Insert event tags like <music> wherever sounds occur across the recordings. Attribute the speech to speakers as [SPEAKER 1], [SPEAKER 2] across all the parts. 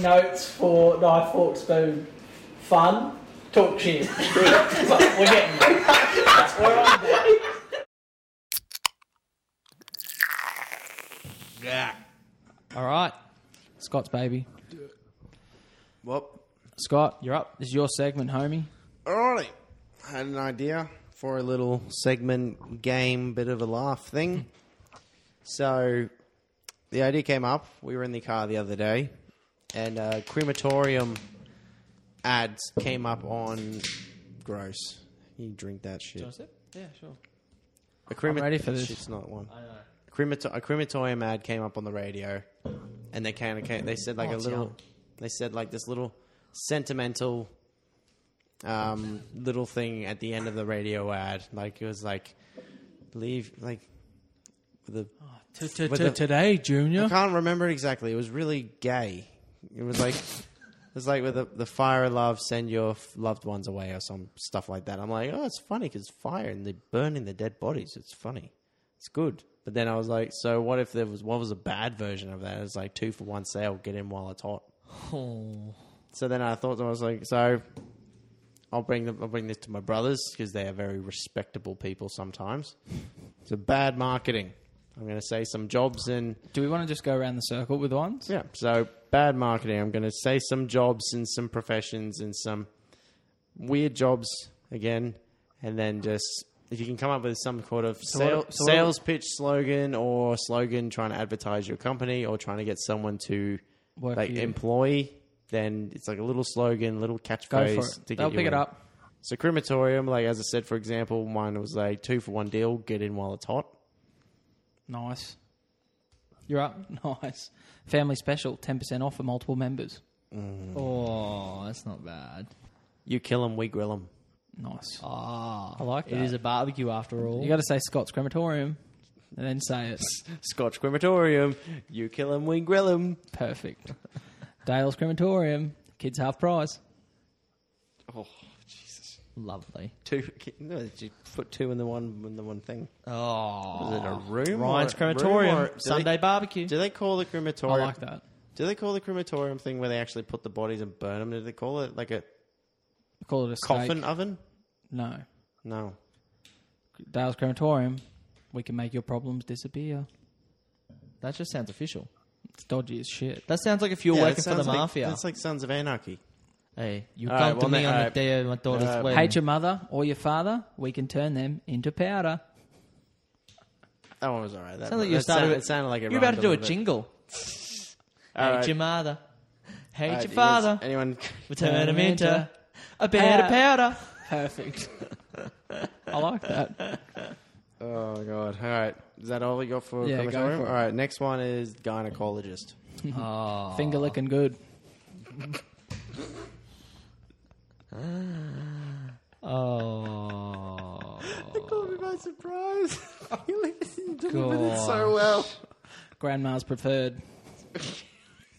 [SPEAKER 1] notes for Knife, Fork, Spoon fun. Talk shit. <laughs> We're getting there. We're on there.
[SPEAKER 2] All right. Scott's baby.
[SPEAKER 3] Well,
[SPEAKER 2] Scott, you're up. This is your segment, homie.
[SPEAKER 3] alrighty. Had an idea for a little segment, game, bit of a laugh thing. So, the idea came up. We were in the car the other day, and uh, crematorium ads came up on. Gross. You drink that shit.
[SPEAKER 2] Yeah, sure.
[SPEAKER 3] A crema-
[SPEAKER 2] I'm ready for this.
[SPEAKER 3] Shit's not one. A, cremato- a crematorium ad came up on the radio, and they kind of came, they said like
[SPEAKER 2] Oh,
[SPEAKER 3] a
[SPEAKER 2] it's
[SPEAKER 3] little,
[SPEAKER 2] young.
[SPEAKER 3] they said like this little sentimental, um, little thing at the end of the radio ad. Like it was like, leave like, the With the-
[SPEAKER 2] Today,
[SPEAKER 3] I
[SPEAKER 2] Junior.
[SPEAKER 3] can't remember exactly. It was really gay. It was like. <laughs> It was like with the, the fire of love, send your f- loved ones away, or some stuff like that. I'm like, oh, it's funny because fire and they're burning the dead bodies. It's funny, it's good. But then I was like, so what if there was what was a bad version of that? It's like two for one sale, get in while it's hot. So then I thought to myself, like, so I'll bring them, I'll bring this to my brothers because they are very respectable people. Sometimes it's a bad marketing. I'm going to say some jobs in
[SPEAKER 2] Do we want to just go around the circle with ones?
[SPEAKER 3] yeah. So bad marketing. I'm going to say some jobs and some professions and some weird jobs again, and then just if you can come up with some sort of
[SPEAKER 2] what-
[SPEAKER 3] sale,
[SPEAKER 2] so what-
[SPEAKER 3] sales pitch slogan or slogan trying to advertise your company or trying to get someone to
[SPEAKER 2] Work
[SPEAKER 3] like
[SPEAKER 2] for you.
[SPEAKER 3] employ, then it's like a little slogan, little
[SPEAKER 2] Go
[SPEAKER 3] catchphrase.
[SPEAKER 2] for it.
[SPEAKER 3] To get
[SPEAKER 2] They'll
[SPEAKER 3] you
[SPEAKER 2] pick it
[SPEAKER 3] in.
[SPEAKER 2] up.
[SPEAKER 3] So crematorium, like as I said, for example, mine was like two for one deal. Get in while it's hot.
[SPEAKER 2] Nice. You're up. <laughs> Nice. Family special, 10% off for multiple members.
[SPEAKER 3] Mm.
[SPEAKER 4] Oh, that's not bad.
[SPEAKER 3] You kill 'em, we grill 'em.
[SPEAKER 2] Nice.
[SPEAKER 4] Ah,
[SPEAKER 2] I like
[SPEAKER 4] It
[SPEAKER 2] that.
[SPEAKER 4] is a barbecue after all.
[SPEAKER 2] You got to say Scott's crematorium and then say it.
[SPEAKER 3] Scotch crematorium. You kill 'em, we grill 'em.
[SPEAKER 2] <laughs> Perfect. Dale's crematorium, kids half price.
[SPEAKER 4] Lovely.
[SPEAKER 3] two. No, did you put two in the one in the one thing?
[SPEAKER 4] Oh,
[SPEAKER 3] Was it a room?
[SPEAKER 4] Ryan's
[SPEAKER 3] or-
[SPEAKER 4] crematorium
[SPEAKER 3] room or- do
[SPEAKER 4] Sunday
[SPEAKER 3] They,
[SPEAKER 4] barbecue.
[SPEAKER 3] do they call the
[SPEAKER 2] I
[SPEAKER 3] crematorium?
[SPEAKER 2] like that.
[SPEAKER 3] Do they call the crematorium thing where they actually put the bodies and burn them? Do they call it like a
[SPEAKER 2] Call it a steak.
[SPEAKER 3] coffin oven?
[SPEAKER 2] No.
[SPEAKER 3] No.
[SPEAKER 2] Dale's crematorium, we can make your problems disappear.
[SPEAKER 4] That just sounds official.
[SPEAKER 2] It's dodgy as shit.
[SPEAKER 4] That sounds like if you were
[SPEAKER 3] Yeah,
[SPEAKER 4] working
[SPEAKER 3] that
[SPEAKER 4] for the
[SPEAKER 3] sounds like-
[SPEAKER 4] mafia.
[SPEAKER 3] That's like Sons of Anarchy.
[SPEAKER 4] hey, you
[SPEAKER 3] All
[SPEAKER 4] come
[SPEAKER 3] right,
[SPEAKER 4] to
[SPEAKER 3] well,
[SPEAKER 4] me
[SPEAKER 3] then-
[SPEAKER 4] on
[SPEAKER 3] all
[SPEAKER 4] the
[SPEAKER 3] right.
[SPEAKER 4] day of my daughter's
[SPEAKER 3] Uh,
[SPEAKER 4] wedding.
[SPEAKER 2] Hate your mother or your father, we can turn them into powder.
[SPEAKER 3] That one was alright. That,
[SPEAKER 4] Sounds like
[SPEAKER 3] that
[SPEAKER 4] you started.
[SPEAKER 3] sound-
[SPEAKER 4] with-
[SPEAKER 3] it sounded like it
[SPEAKER 4] you're about
[SPEAKER 3] rhymed
[SPEAKER 4] to do a
[SPEAKER 3] little bit.
[SPEAKER 4] jingle. Hate
[SPEAKER 3] All right.
[SPEAKER 4] your mother. Hate
[SPEAKER 3] All right,
[SPEAKER 4] your
[SPEAKER 3] you guys-
[SPEAKER 4] father.
[SPEAKER 3] Anyone?
[SPEAKER 4] We turn him
[SPEAKER 2] Turn
[SPEAKER 4] into
[SPEAKER 2] into
[SPEAKER 4] a bed of
[SPEAKER 2] Ah.
[SPEAKER 4] powder.
[SPEAKER 2] Perfect. <laughs> I like that.
[SPEAKER 3] Oh god! All right, is that all we got for
[SPEAKER 2] Yeah, go
[SPEAKER 3] crematorium?
[SPEAKER 2] for it.
[SPEAKER 3] All right, next one is gynecologist.
[SPEAKER 4] <laughs>
[SPEAKER 2] Finger licking good.
[SPEAKER 4] <laughs> Oh,
[SPEAKER 3] Caught me by
[SPEAKER 4] <laughs>
[SPEAKER 3] surprise. you delivered
[SPEAKER 4] it so
[SPEAKER 3] well.
[SPEAKER 2] Grandma's preferred.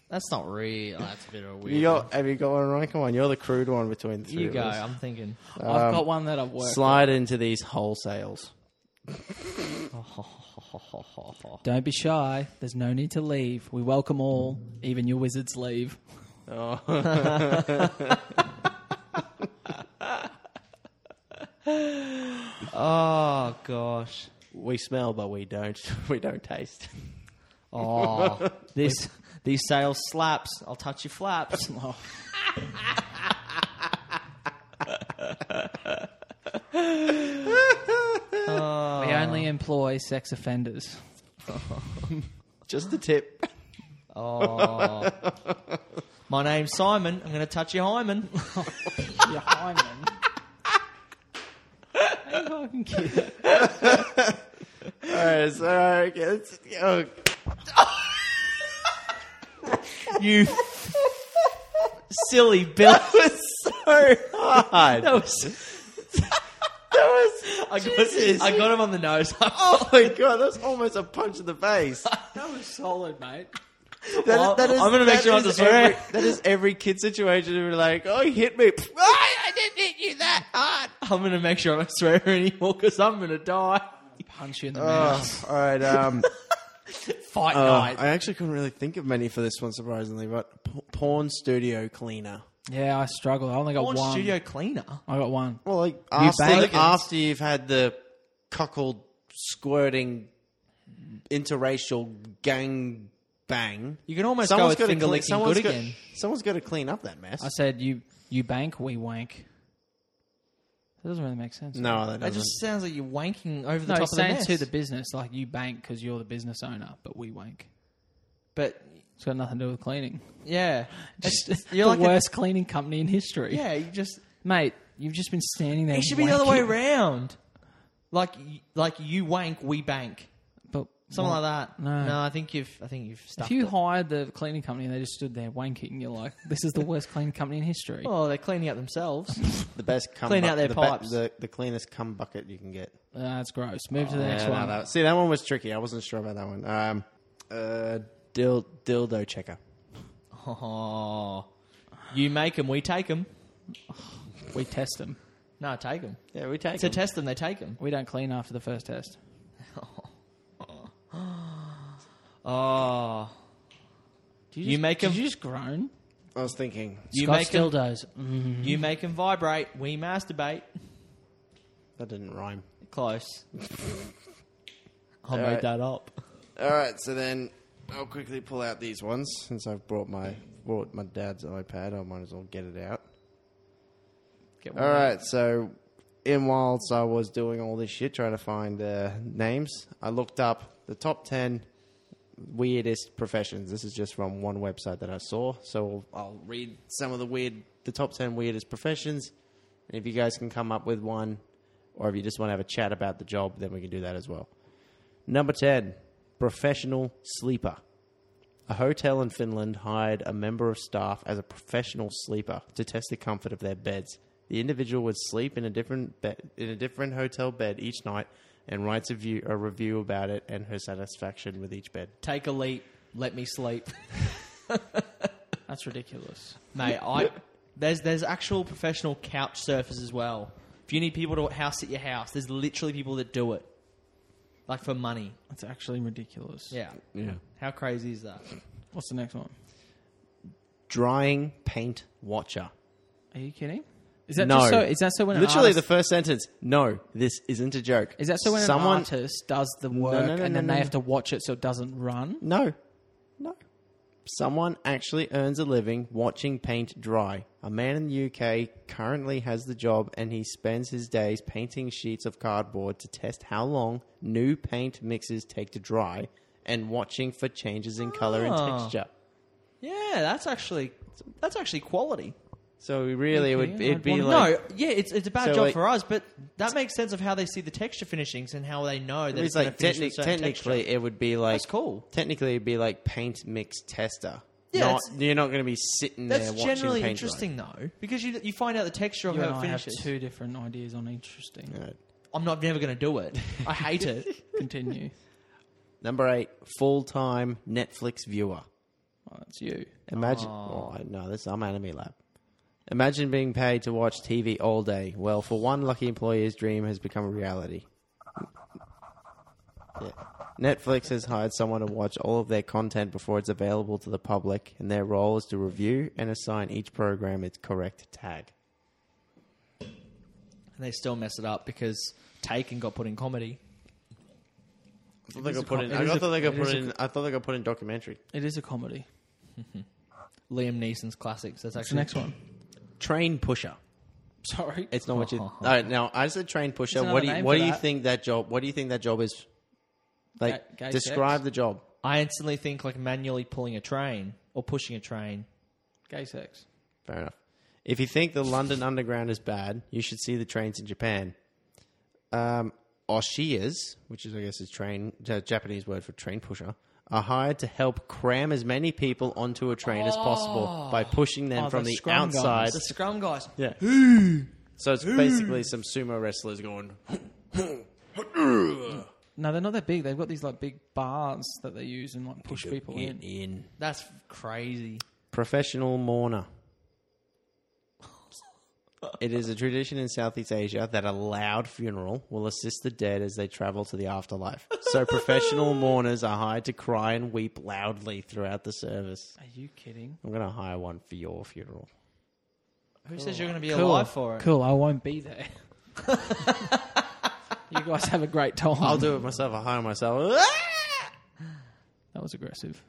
[SPEAKER 4] that's not real. That's a bit of a weird.
[SPEAKER 3] You got? Have you got one right? Come on, you're the crude one between the three.
[SPEAKER 4] you
[SPEAKER 3] of
[SPEAKER 4] go.
[SPEAKER 3] us.
[SPEAKER 4] I'm thinking.
[SPEAKER 2] I've got one that I've worked.
[SPEAKER 3] Slide into these wholesales.
[SPEAKER 2] Don't be shy. There's no need to leave. We welcome all, even your wizards leave.
[SPEAKER 4] Oh gosh.
[SPEAKER 3] We smell, but we don't. <laughs> We don't taste.
[SPEAKER 4] <laughs> Oh, this these sales slaps. I'll touch your flaps.
[SPEAKER 2] Oh, we only employ sex offenders.
[SPEAKER 3] Just a
[SPEAKER 4] <laughs>
[SPEAKER 3] tip.
[SPEAKER 4] <laughs> My name's Simon. I'm going to touch your hymen.
[SPEAKER 2] Your hymen. How you fucking kidding?
[SPEAKER 3] All right, so all right, it's, oh,
[SPEAKER 4] You silly Bill.
[SPEAKER 3] it's
[SPEAKER 4] <laughs>
[SPEAKER 3] so hard.
[SPEAKER 4] That was,
[SPEAKER 3] was,
[SPEAKER 4] I,
[SPEAKER 3] Jesus.
[SPEAKER 4] got, I got him on the nose. <laughs>
[SPEAKER 3] oh my god, that's almost a punch in the face.
[SPEAKER 2] That was solid, mate.
[SPEAKER 3] That,
[SPEAKER 4] Well, I'm gonna make
[SPEAKER 3] that
[SPEAKER 4] sure not
[SPEAKER 3] is
[SPEAKER 4] to swear.
[SPEAKER 3] every- that is every kid situation. They're like, oh, he hit me. <laughs> I, I didn't hit you that hard.
[SPEAKER 4] I'm going to make sure I don't swear anymore because I'm going to die.
[SPEAKER 2] Punch you in the
[SPEAKER 3] Oh,
[SPEAKER 2] mouth.
[SPEAKER 3] all right. Um,
[SPEAKER 4] <laughs> Fight
[SPEAKER 3] uh,
[SPEAKER 4] night.
[SPEAKER 3] I actually couldn't really think of many for this one, surprisingly. But p- porn studio cleaner.
[SPEAKER 2] Yeah, I struggle. I only got
[SPEAKER 4] Porn
[SPEAKER 2] one.
[SPEAKER 4] studio cleaner.
[SPEAKER 2] I got one.
[SPEAKER 3] Well, like after,
[SPEAKER 2] bang-
[SPEAKER 3] like, after you've had the cuckold squirting interracial gang bang,
[SPEAKER 4] You can almost
[SPEAKER 3] someone's
[SPEAKER 4] go with
[SPEAKER 3] gotta
[SPEAKER 4] finger
[SPEAKER 3] cle-
[SPEAKER 4] licking
[SPEAKER 3] someone's
[SPEAKER 4] good
[SPEAKER 3] got-
[SPEAKER 4] again.
[SPEAKER 3] Someone's got to clean up that mess.
[SPEAKER 2] I said you you bank, we wank. That doesn't really make sense.
[SPEAKER 3] no, that
[SPEAKER 4] That
[SPEAKER 3] doesn't.
[SPEAKER 4] just sounds like you're wanking over the
[SPEAKER 2] no,
[SPEAKER 4] top
[SPEAKER 2] he's
[SPEAKER 4] of the
[SPEAKER 2] saying
[SPEAKER 4] nest.
[SPEAKER 2] to the business like you bank because you're the business owner, but we wank.
[SPEAKER 4] but
[SPEAKER 2] It's got nothing to do with cleaning.
[SPEAKER 4] yeah,
[SPEAKER 2] Just
[SPEAKER 4] It's-
[SPEAKER 2] the
[SPEAKER 4] you're like a-
[SPEAKER 2] worst cleaning company in history.
[SPEAKER 4] yeah, you just
[SPEAKER 2] mate, you've just been standing there.
[SPEAKER 4] it should be the other way
[SPEAKER 2] wanking.
[SPEAKER 4] around. Like y- like you wank, we bank,
[SPEAKER 2] But
[SPEAKER 4] something
[SPEAKER 2] what-
[SPEAKER 4] like that.
[SPEAKER 2] No.
[SPEAKER 4] no, I think you've I think you've stuffed
[SPEAKER 2] If you
[SPEAKER 4] it.
[SPEAKER 2] hired the cleaning company and they just stood there wanking, you're like, this is the worst cleaning company in history.
[SPEAKER 4] Well, Oh, they're cleaning up themselves.
[SPEAKER 3] the best cum
[SPEAKER 4] Clean out their
[SPEAKER 3] the,
[SPEAKER 4] pipes.
[SPEAKER 3] the, the cleanest cum bucket you can get.
[SPEAKER 2] Uh, that's gross. Move
[SPEAKER 4] Oh,
[SPEAKER 2] to the next
[SPEAKER 3] Yeah, no,
[SPEAKER 2] one.
[SPEAKER 3] that- see, that one was tricky. I wasn't sure about that one. Um, uh, dil- dildo checker.
[SPEAKER 4] oh, <laughs> you make them, we take them.
[SPEAKER 2] We test them.
[SPEAKER 4] No, take them.
[SPEAKER 3] Yeah, we take
[SPEAKER 4] To test them, they take them.
[SPEAKER 2] We don't clean after the first test.
[SPEAKER 4] Oh,
[SPEAKER 2] Do
[SPEAKER 4] You
[SPEAKER 2] just,
[SPEAKER 4] make
[SPEAKER 2] did
[SPEAKER 4] 'em-
[SPEAKER 2] you just groan?
[SPEAKER 3] I was thinking
[SPEAKER 4] you
[SPEAKER 2] Scott
[SPEAKER 4] make
[SPEAKER 2] still
[SPEAKER 4] them,
[SPEAKER 2] does. Mm,
[SPEAKER 4] you make 'em vibrate. We masturbate.
[SPEAKER 3] that didn't rhyme.
[SPEAKER 4] Close. I made
[SPEAKER 3] Alright.
[SPEAKER 4] that up.
[SPEAKER 3] All right, so then I'll quickly pull out these ones since I've brought my brought my dad's iPad. I might as well get it out.
[SPEAKER 4] Get
[SPEAKER 3] All right, so in whilst I was doing all this shit trying to find uh, names, I looked up the top ten weirdest professions. This is just from one website that I saw, so I'll, I'll read some of the weird, the top ten weirdest professions, and if you guys can come up with one, or if you just want to have a chat about the job, then we can do that as well. Number 10, professional sleeper. A hotel in Finland hired a member of staff as a professional sleeper to test the comfort of their beds. The individual would sleep in a different bed, in a different hotel bed each night and writes a, view, a review about it and her satisfaction with each bed.
[SPEAKER 4] Take a leap. Let me sleep,
[SPEAKER 2] That's ridiculous.
[SPEAKER 4] mate. I there's there's actual professional couch surfers as well. If you need people to house sit your house, there's literally people that do it, like for money.
[SPEAKER 2] That's actually ridiculous.
[SPEAKER 4] Yeah.
[SPEAKER 3] Yeah.
[SPEAKER 4] How crazy is that?
[SPEAKER 2] What's the next one?
[SPEAKER 3] Drying paint watcher.
[SPEAKER 2] Are you kidding? Is that
[SPEAKER 3] no.
[SPEAKER 2] just so? Is that so when an
[SPEAKER 3] Literally
[SPEAKER 2] artist,
[SPEAKER 3] the first sentence. No, this isn't a joke.
[SPEAKER 2] is that so when
[SPEAKER 3] someone
[SPEAKER 2] an artist does the work
[SPEAKER 3] no, no,
[SPEAKER 2] and
[SPEAKER 3] no,
[SPEAKER 2] then
[SPEAKER 3] no,
[SPEAKER 2] they
[SPEAKER 3] no.
[SPEAKER 2] have to watch it so it doesn't run?
[SPEAKER 3] No. No. Someone actually earns a living watching paint dry. A man in the UK currently has the job and he spends his days painting sheets of cardboard to test how long new paint mixes take to dry and watching for changes in color and
[SPEAKER 4] Ah.
[SPEAKER 3] texture.
[SPEAKER 4] Yeah, that's actually that's actually quality.
[SPEAKER 3] So really it would
[SPEAKER 2] Okay,
[SPEAKER 3] it'd be
[SPEAKER 2] I'd
[SPEAKER 3] like
[SPEAKER 2] wanna-
[SPEAKER 4] no, yeah, it's it's a bad
[SPEAKER 3] So,
[SPEAKER 4] job
[SPEAKER 3] like-
[SPEAKER 4] for us, but that makes sense of how they see the texture finishings and how they know that
[SPEAKER 3] It was
[SPEAKER 4] it's
[SPEAKER 3] like
[SPEAKER 4] like
[SPEAKER 3] technic- technically it would be like
[SPEAKER 4] That's cool.
[SPEAKER 3] Technically it'd be like paint mix tester.
[SPEAKER 4] Yeah,
[SPEAKER 3] Not-
[SPEAKER 4] it's-
[SPEAKER 3] you're not going to be sitting
[SPEAKER 4] That's
[SPEAKER 3] there watching
[SPEAKER 4] generally
[SPEAKER 3] paint
[SPEAKER 4] interesting though, because you you find out the texture of
[SPEAKER 2] You and
[SPEAKER 4] how it
[SPEAKER 2] I have
[SPEAKER 4] finishes.
[SPEAKER 2] two different ideas on interesting.
[SPEAKER 3] Dry. Right.
[SPEAKER 4] I'm not never going to do it. <laughs> I hate it.
[SPEAKER 2] Continue.
[SPEAKER 3] Number eight, full time Netflix viewer.
[SPEAKER 2] Oh, that's you.
[SPEAKER 3] Imagine. Oh, no, this I'm Anime Lab. Imagine being paid to watch TV all day. Well, for one lucky employee, his dream has become a reality. Yeah. Netflix has hired someone to watch all of their content before it's available to the public, and their role is to review and assign each program its correct tag.
[SPEAKER 4] And they still mess it up because Taken got put in comedy.
[SPEAKER 3] I thought they
[SPEAKER 2] is got a put com- in- it I is a- thought they got it put is a- in-
[SPEAKER 3] I thought they got put in documentary.
[SPEAKER 2] It is a comedy.
[SPEAKER 4] Liam Neeson's classics. That's
[SPEAKER 2] What's the
[SPEAKER 4] actually
[SPEAKER 2] next one?
[SPEAKER 3] Train pusher.
[SPEAKER 2] Sorry.
[SPEAKER 3] It's not what
[SPEAKER 2] <laughs>
[SPEAKER 3] you. All right, now I said train pusher.
[SPEAKER 2] There's
[SPEAKER 3] What do
[SPEAKER 2] another
[SPEAKER 3] you,
[SPEAKER 2] name
[SPEAKER 3] what
[SPEAKER 2] for
[SPEAKER 3] do you
[SPEAKER 2] that.
[SPEAKER 3] think that job? What do you think that job is? Like,
[SPEAKER 2] Ga- gay
[SPEAKER 3] describe
[SPEAKER 2] sex?
[SPEAKER 3] the job.
[SPEAKER 4] I instantly think like manually pulling a train or pushing a train.
[SPEAKER 2] Gay sex.
[SPEAKER 3] Fair enough. If you think the London Underground is bad, you should see the trains in Japan. Um, oshias, which is I guess is train the Japanese word for train pusher, are hired to help cram as many people onto a train as possible by pushing them
[SPEAKER 2] Oh,
[SPEAKER 3] from
[SPEAKER 2] the
[SPEAKER 3] the,
[SPEAKER 2] scrum guys.
[SPEAKER 3] outside.
[SPEAKER 4] The scrum guys.
[SPEAKER 3] Yeah. so it's basically some sumo wrestlers going.
[SPEAKER 2] No, they're not that big. They've got these like big bars that they use and like push people
[SPEAKER 3] "Get
[SPEAKER 2] in.
[SPEAKER 3] in.
[SPEAKER 4] That's crazy.
[SPEAKER 3] Professional mourner. It is a tradition in Southeast Asia that a loud funeral will assist the dead as they travel to the afterlife.
[SPEAKER 4] <laughs>
[SPEAKER 3] So professional mourners are hired to cry and weep loudly throughout the service.
[SPEAKER 2] Are you kidding?
[SPEAKER 3] I'm going to hire one for your funeral.
[SPEAKER 4] Who says you're going to be alive for it?
[SPEAKER 2] Cool. I won't be there. <laughs> you guys have a great time.
[SPEAKER 3] I'll do it myself. I'll hire myself. <laughs>
[SPEAKER 2] That was
[SPEAKER 4] <laughs>
[SPEAKER 2] aggressive.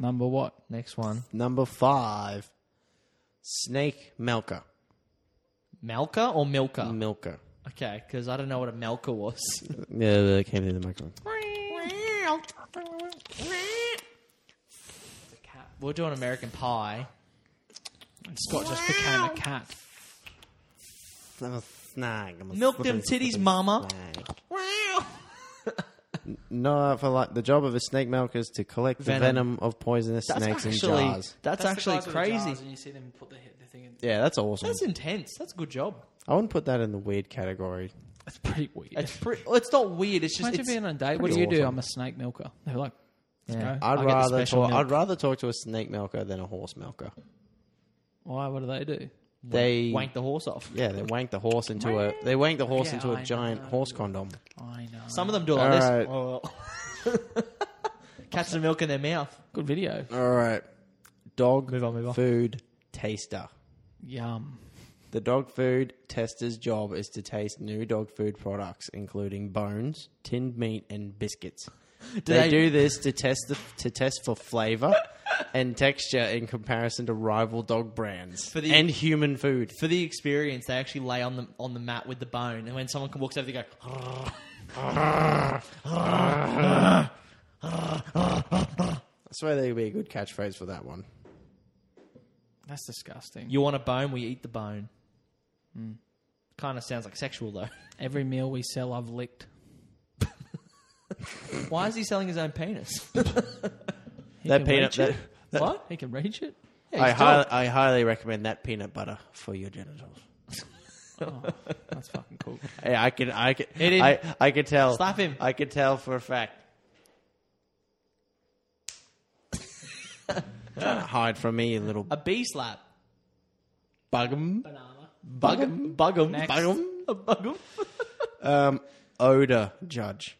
[SPEAKER 2] Number what?
[SPEAKER 4] Next one.
[SPEAKER 3] Number five, snake milker.
[SPEAKER 4] Malka or Milka?
[SPEAKER 3] Milker.
[SPEAKER 4] Okay, because I don't know what a Melka was.
[SPEAKER 3] Yeah, they came through the microphone.
[SPEAKER 4] We're doing American Pie.
[SPEAKER 2] And Scott just became a cat.
[SPEAKER 3] I'm a snag. I'm a
[SPEAKER 4] Milk them
[SPEAKER 3] flippin'
[SPEAKER 4] titties, mama.
[SPEAKER 3] snag.
[SPEAKER 4] Wow.
[SPEAKER 3] No, for like the job of a snake milker is to collect the
[SPEAKER 4] Venom.
[SPEAKER 3] venom of poisonous
[SPEAKER 4] That's
[SPEAKER 3] snakes
[SPEAKER 4] actually
[SPEAKER 3] in jars.
[SPEAKER 4] that's, actually crazy.
[SPEAKER 2] And you see them put the, the thing in.
[SPEAKER 3] Yeah, that's awesome.
[SPEAKER 4] That's intense. That's a good job.
[SPEAKER 3] I wouldn't put that in the weird category.
[SPEAKER 2] That's pretty weird.
[SPEAKER 4] It's pretty, well, it's not weird. It's just
[SPEAKER 2] Imagine
[SPEAKER 4] it's,
[SPEAKER 2] being on a date. What do
[SPEAKER 3] pretty
[SPEAKER 2] you do?
[SPEAKER 3] awesome.
[SPEAKER 2] I'm a snake milker. They're like, let's
[SPEAKER 4] Yeah.
[SPEAKER 3] I'd
[SPEAKER 2] go. I'll get the
[SPEAKER 3] rather
[SPEAKER 2] special
[SPEAKER 3] talk,
[SPEAKER 2] milk.
[SPEAKER 3] I'd rather talk to a snake milker than a horse milker.
[SPEAKER 2] Why? What do they do?
[SPEAKER 3] They
[SPEAKER 4] wank the horse off.
[SPEAKER 3] yeah, they wank the horse into a they wank the horse
[SPEAKER 2] Yeah,
[SPEAKER 3] into a
[SPEAKER 2] I
[SPEAKER 3] giant
[SPEAKER 2] know.
[SPEAKER 3] horse condom.
[SPEAKER 2] I know.
[SPEAKER 4] Some of them do it like
[SPEAKER 3] All
[SPEAKER 4] this.
[SPEAKER 3] right.
[SPEAKER 4] Oh. <laughs> Catch the milk in their mouth.
[SPEAKER 2] good video.
[SPEAKER 3] All right, dog
[SPEAKER 4] Move on, move on.
[SPEAKER 3] food taster.
[SPEAKER 2] Yum.
[SPEAKER 3] The dog food tester's job is to taste new dog food products, including bones, tinned meat, and biscuits. they,
[SPEAKER 4] they-
[SPEAKER 3] do this to test the, to test for flavor <laughs> and texture in comparison to rival dog brands
[SPEAKER 4] For the-
[SPEAKER 3] and human food.
[SPEAKER 4] For the experience, they actually lay on the on the mat with the bone, and when someone walks over, they go. "Oh,
[SPEAKER 3] I swear there would be a good catchphrase for that one.
[SPEAKER 2] That's disgusting.
[SPEAKER 4] You want a bone? We eat the bone. Hmm. Kind of sounds like sexual though. <laughs>
[SPEAKER 2] Every meal we sell, I've licked.
[SPEAKER 4] Why is he selling his own penis?
[SPEAKER 2] He
[SPEAKER 3] that
[SPEAKER 2] can
[SPEAKER 3] peanut,
[SPEAKER 2] reach
[SPEAKER 3] that, <laughs>
[SPEAKER 2] it.
[SPEAKER 3] that-
[SPEAKER 4] <laughs> what?
[SPEAKER 2] He can reach it.
[SPEAKER 4] Yeah,
[SPEAKER 3] I,
[SPEAKER 4] he's
[SPEAKER 3] highly,
[SPEAKER 4] dog.
[SPEAKER 3] I highly recommend that peanut butter for your genitals.
[SPEAKER 2] Oh, That's fucking cool.
[SPEAKER 3] Hey, I can, I can,
[SPEAKER 4] Hit him.
[SPEAKER 3] I, I could tell.
[SPEAKER 4] Slap him.
[SPEAKER 3] I could tell for a fact. <laughs> Trying to hide from me, you little
[SPEAKER 4] a bee slap.
[SPEAKER 3] bugum.
[SPEAKER 2] Banana.
[SPEAKER 3] Bugum. Bugum.
[SPEAKER 2] Next.
[SPEAKER 3] Bugum.
[SPEAKER 4] A bugum.
[SPEAKER 3] <laughs> Um, odor judge.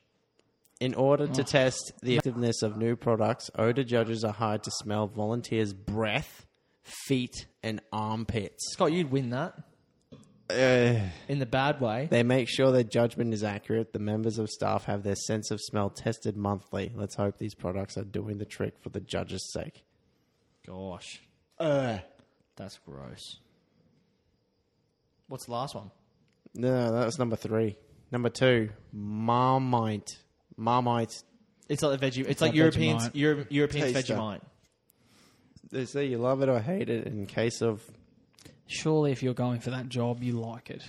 [SPEAKER 3] In order to test the effectiveness of new products, odor judges are hired to smell volunteers' breath, feet, and armpits.
[SPEAKER 4] Scott, you'd win that
[SPEAKER 3] Uh.
[SPEAKER 4] in the bad way.
[SPEAKER 3] They make sure their judgment is accurate. The members of staff have their sense of smell tested monthly. Let's hope these products are doing the trick for the judge's sake.
[SPEAKER 4] Gosh,
[SPEAKER 3] Uh.
[SPEAKER 4] that's gross. What's the last one?
[SPEAKER 3] No, that was number three. Number two, marmite. Marmite.
[SPEAKER 4] It's like the veggie. It's, like,
[SPEAKER 2] like
[SPEAKER 4] Europeans.
[SPEAKER 2] Vegemite.
[SPEAKER 4] Euro, Europeans
[SPEAKER 3] Taster.
[SPEAKER 4] Vegemite.
[SPEAKER 3] They say you love it or hate it in case of
[SPEAKER 2] Surely, if you're going for that job, you like it.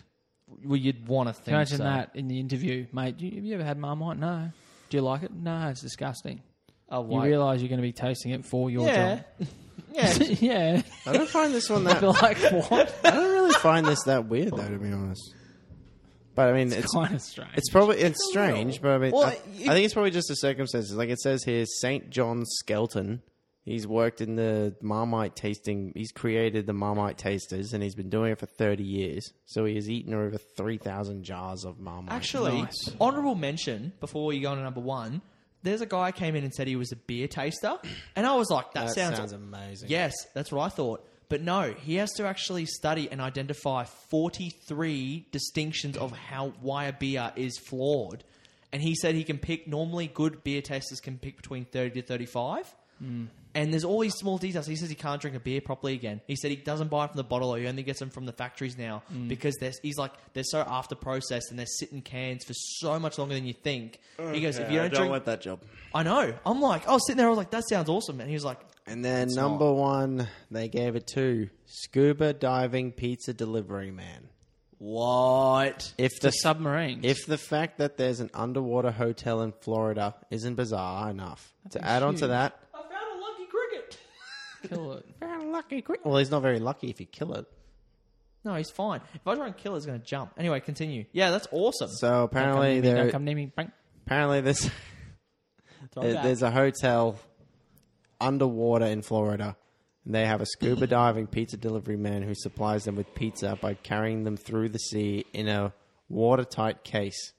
[SPEAKER 4] Well, you'd want to think.
[SPEAKER 2] Imagine
[SPEAKER 4] so.
[SPEAKER 2] that in the interview, mate. You, have you ever had Marmite? No. Do you like it? No, it's disgusting.
[SPEAKER 4] Oh,
[SPEAKER 2] You
[SPEAKER 4] why?
[SPEAKER 2] realise you're going to be tasting it for your
[SPEAKER 4] yeah, yeah.
[SPEAKER 2] job. <laughs> yeah.
[SPEAKER 3] I don't find this one
[SPEAKER 2] <laughs>
[SPEAKER 3] that
[SPEAKER 2] You're <laughs> like, what?
[SPEAKER 3] I don't really find this that weird though, to be honest. But I mean, it's it's,
[SPEAKER 2] kind of strange.
[SPEAKER 3] probably it's strange, but I mean,
[SPEAKER 4] Well,
[SPEAKER 3] I,
[SPEAKER 4] you-
[SPEAKER 3] I think it's probably just the circumstances. Like it says here, Saint John Skelton. He's worked in the Marmite tasting. He's created the Marmite tasters, and he's been doing it for thirty years. So he has eaten over three thousand jars of Marmite.
[SPEAKER 4] Actually,
[SPEAKER 2] Nice.
[SPEAKER 4] honorable mention before you go on to number one. There's a guy came in and said he was a beer taster, and I was like, "That,
[SPEAKER 3] that
[SPEAKER 4] sounds,
[SPEAKER 3] sounds, amazing.
[SPEAKER 4] yes, that's what I thought." But no, he has to actually study and identify 43 distinctions of how why a beer is flawed, and he said he can pick. Normally, good beer tasters can pick between 30 to 35. And there's all these small details. He says he can't drink a beer properly again. He said he doesn't buy it from the bottle, or he only gets them from the factories now because they're, he's like they're so after processed and they're sitting cans for so much longer than you think. he goes, if you don't, drink,
[SPEAKER 3] that job.
[SPEAKER 4] I know. I'm like, I was sitting there, I was like, that sounds awesome, and he was like,
[SPEAKER 3] And then number one, they gave it to scuba diving pizza delivery man.
[SPEAKER 4] what?
[SPEAKER 3] If
[SPEAKER 2] the
[SPEAKER 3] the
[SPEAKER 2] submarine.
[SPEAKER 3] If the fact that there's an underwater hotel in Florida isn't bizarre enough, to add on to
[SPEAKER 2] huge.
[SPEAKER 3] that,
[SPEAKER 4] I found a lucky cricket.
[SPEAKER 2] kill it.
[SPEAKER 3] lucky. Well, he's not very lucky if you kill it.
[SPEAKER 4] No, he's fine. If I try and kill, it, it's going to jump. Anyway, continue. Yeah, that's awesome.
[SPEAKER 3] So apparently there,
[SPEAKER 2] Don't come near me. Bang.
[SPEAKER 3] apparently this,
[SPEAKER 2] Throw it
[SPEAKER 3] there-
[SPEAKER 2] back.
[SPEAKER 3] there's a hotel underwater in Florida And they have a scuba diving pizza delivery man who supplies them with pizza by carrying them through the sea in a watertight case.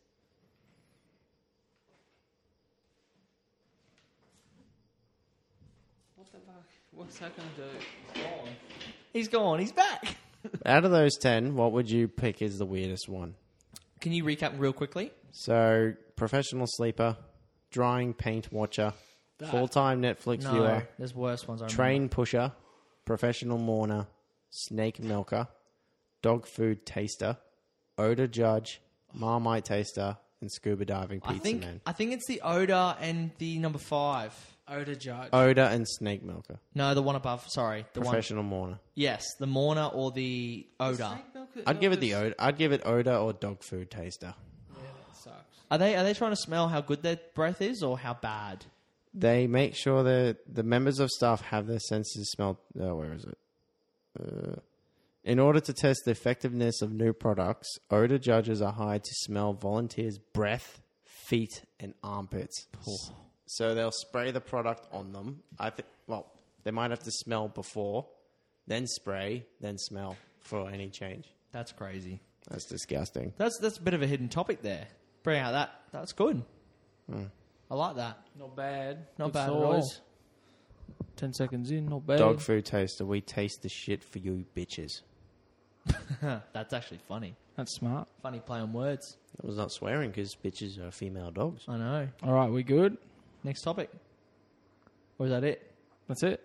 [SPEAKER 4] What the fuck? What's that going to do? He's gone. He's gone. He's back.
[SPEAKER 3] Out of those 10, what would you pick is the weirdest one?
[SPEAKER 4] Can you recap real quickly?
[SPEAKER 3] So, professional sleeper, drawing paint watcher, full time Netflix
[SPEAKER 4] No,
[SPEAKER 3] viewer,
[SPEAKER 4] there's worse ones. I remember.
[SPEAKER 3] train pusher, professional mourner, snake milker, dog food taster, odor judge, marmite taster, and scuba diving
[SPEAKER 4] I
[SPEAKER 3] pizza
[SPEAKER 4] think
[SPEAKER 3] man.
[SPEAKER 4] I think it's the odor and the number five.
[SPEAKER 2] Odor judge.
[SPEAKER 3] Odor and snake milker,
[SPEAKER 4] No, the one above. Sorry, the one.
[SPEAKER 3] Oh. professional mourner.
[SPEAKER 4] Yes, the mourner or the odor.
[SPEAKER 3] I'd give it the odor. I'd give it odor or dog food taster.
[SPEAKER 2] Sucks.
[SPEAKER 4] Are they are they trying to smell how good their breath is or how bad?
[SPEAKER 3] They make sure that the members of staff have their senses smelled. Oh, where is it? Uh, in order to test the effectiveness of new products, odor judges are hired to smell volunteers' breath, feet, and armpits. So they'll spray the product on them. I think. Well, they might have to smell before, then spray, then smell for any change.
[SPEAKER 4] That's crazy.
[SPEAKER 3] That's disgusting.
[SPEAKER 4] That's that's a bit of a hidden topic there. Bring out that. That's good.
[SPEAKER 3] Hmm.
[SPEAKER 4] I like that. <laughs>
[SPEAKER 2] Not bad.
[SPEAKER 4] Not
[SPEAKER 2] Good
[SPEAKER 4] bad at
[SPEAKER 2] size. Ten seconds in, not bad.
[SPEAKER 3] Dog food taster, we taste the shit for you bitches.
[SPEAKER 4] all. that's actually funny.
[SPEAKER 2] That's smart.
[SPEAKER 4] Funny play on words.
[SPEAKER 3] That was not swearing because bitches are female dogs.
[SPEAKER 4] I know.
[SPEAKER 2] All right, we good.
[SPEAKER 4] Next topic. Or is that it?
[SPEAKER 2] That's it,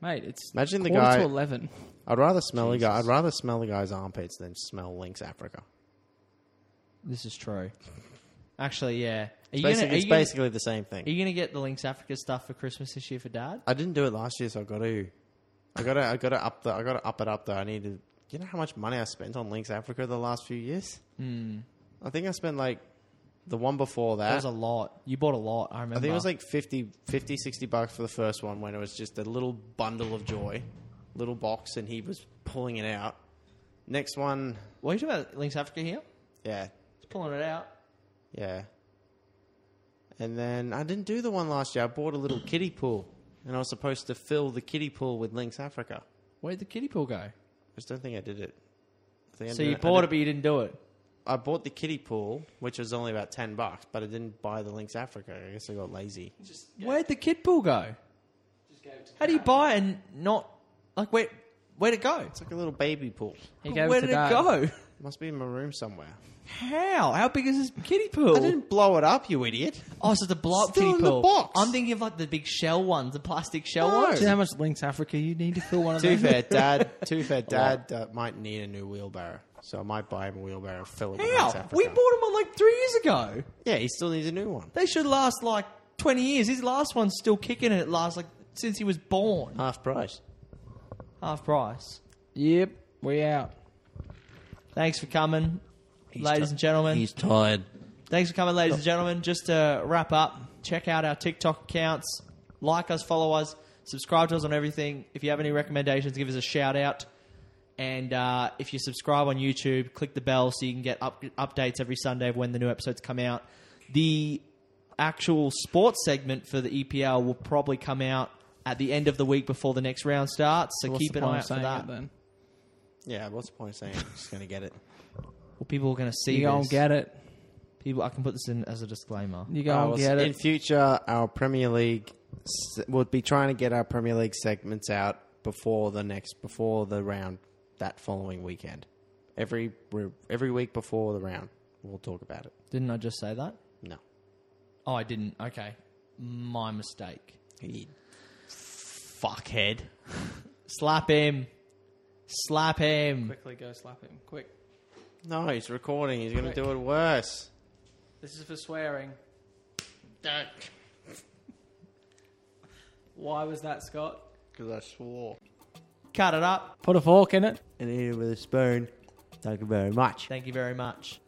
[SPEAKER 2] mate. It's
[SPEAKER 3] Imagine the
[SPEAKER 2] quarter
[SPEAKER 3] guy-
[SPEAKER 2] to eleven.
[SPEAKER 3] I'd rather smell the guy. I'd rather smell the guy's armpits than smell Lynx Africa.
[SPEAKER 4] This is true. Actually, yeah. Are
[SPEAKER 3] It's
[SPEAKER 4] you
[SPEAKER 3] basically,
[SPEAKER 4] gonna, are
[SPEAKER 3] it's
[SPEAKER 4] you gonna,
[SPEAKER 3] basically the same
[SPEAKER 4] are
[SPEAKER 3] thing.
[SPEAKER 4] you gonna get the Links Africa stuff for Christmas this year for Dad?
[SPEAKER 3] I didn't do it last year, so I got to. I got to. I got to up the. I got to up it up though. I need to. You know how much money I spent on Lynx Africa the last few years? Mm. I think I spent like the one before
[SPEAKER 4] Hmm. That
[SPEAKER 3] that.
[SPEAKER 4] was a lot. You bought a lot. I remember.
[SPEAKER 3] Uh, I think it was like 50, 50, 60 bucks for the first one when it was just a little bundle of joy, little box, and he was pulling it out. Next one,
[SPEAKER 4] What are you talking about? Links Africa here.
[SPEAKER 3] yeah,
[SPEAKER 4] It's pulling it out.
[SPEAKER 3] Yeah. And then I didn't do the one last year. I bought a little kiddie pool, and I was supposed to fill the kiddie pool with Lynx Africa.
[SPEAKER 4] Where'd the kiddie pool go?
[SPEAKER 3] I just don't think I did it. I think I
[SPEAKER 4] So
[SPEAKER 3] did-
[SPEAKER 4] you
[SPEAKER 3] I
[SPEAKER 4] bought it,
[SPEAKER 3] did-
[SPEAKER 4] but you didn't do it.
[SPEAKER 3] I bought the kiddie pool, which was only about ten bucks, but I didn't buy the Lynx Africa. I guess I got lazy.
[SPEAKER 4] Where'd the kid pool go? How do you buy it and not like where? Where'd it go?
[SPEAKER 3] It's like a little baby pool.
[SPEAKER 2] He
[SPEAKER 4] But
[SPEAKER 2] gave
[SPEAKER 4] Where
[SPEAKER 2] it to
[SPEAKER 4] did
[SPEAKER 2] Dad.
[SPEAKER 4] it go?
[SPEAKER 3] It must be in my room somewhere.
[SPEAKER 4] How? How big is this kiddie
[SPEAKER 3] I
[SPEAKER 4] pool?
[SPEAKER 3] didn't blow it up, you idiot.
[SPEAKER 4] Oh, so the blow up
[SPEAKER 3] Still
[SPEAKER 4] kiddie
[SPEAKER 3] in the
[SPEAKER 4] pool.
[SPEAKER 3] box.
[SPEAKER 4] I'm thinking of like the big shell ones, the plastic shell
[SPEAKER 3] No.
[SPEAKER 4] ones.
[SPEAKER 2] Do you know how much links Africa you need to fill one of
[SPEAKER 3] Too <laughs>
[SPEAKER 2] those?
[SPEAKER 3] fair, Dad. Too fair, Dad uh, might need a new wheelbarrow, so I might buy him a wheelbarrow and fill it with Lynx
[SPEAKER 4] How?
[SPEAKER 3] Africa.
[SPEAKER 4] We bought them on like three years ago.
[SPEAKER 3] yeah, he still needs a new one.
[SPEAKER 4] They should last like 20 years. His last one's still kicking and it lasts like since he was born.
[SPEAKER 3] Half price.
[SPEAKER 4] Half price.
[SPEAKER 2] Yep, we out.
[SPEAKER 4] Thanks for coming, ladies and gentlemen.
[SPEAKER 3] tired.
[SPEAKER 4] Thanks for coming, ladies and gentlemen. Just to wrap up, check out our TikTok accounts, like us, follow us, subscribe to us on everything. If you have any recommendations, give us a shout out. And uh, if you subscribe on YouTube, click the bell so you can get up- updates every Sunday of when the new episodes come out. The actual sports segment for the EPL will probably come out at the end of the week before the next round starts. So
[SPEAKER 2] What's
[SPEAKER 4] keep
[SPEAKER 2] the
[SPEAKER 4] an eye
[SPEAKER 2] point of
[SPEAKER 4] out for
[SPEAKER 2] saying
[SPEAKER 4] that.
[SPEAKER 2] it then?
[SPEAKER 3] Yeah, what's the point of saying? I'm just gonna get it.
[SPEAKER 4] Well, people are going to see
[SPEAKER 2] You go
[SPEAKER 4] this.
[SPEAKER 2] and get it.
[SPEAKER 4] people, I can put this in as a disclaimer.
[SPEAKER 2] You go
[SPEAKER 3] Uh,
[SPEAKER 2] and
[SPEAKER 3] well,
[SPEAKER 2] get
[SPEAKER 3] In
[SPEAKER 2] it.
[SPEAKER 3] future, our Premier League s- we'll be trying to get our Premier League segments out before the next before the round that following weekend. Every re- every week before the round, we'll talk about it.
[SPEAKER 4] Didn't I just say that?
[SPEAKER 3] No,
[SPEAKER 4] Oh, I didn't. Okay. My mistake.
[SPEAKER 3] He-
[SPEAKER 4] Fuckhead. <laughs> Slap him. Slap him.
[SPEAKER 2] Quickly go slap him. Quick.
[SPEAKER 3] no, he's recording. He's gonna
[SPEAKER 2] Quick.
[SPEAKER 3] do it worse.
[SPEAKER 2] This is for swearing. Why was that, Scott?
[SPEAKER 3] Because I swore
[SPEAKER 4] Cut it up.
[SPEAKER 2] Put a fork in it.
[SPEAKER 3] and ate it with a spoon. Thank you very much.
[SPEAKER 4] Thank you very much.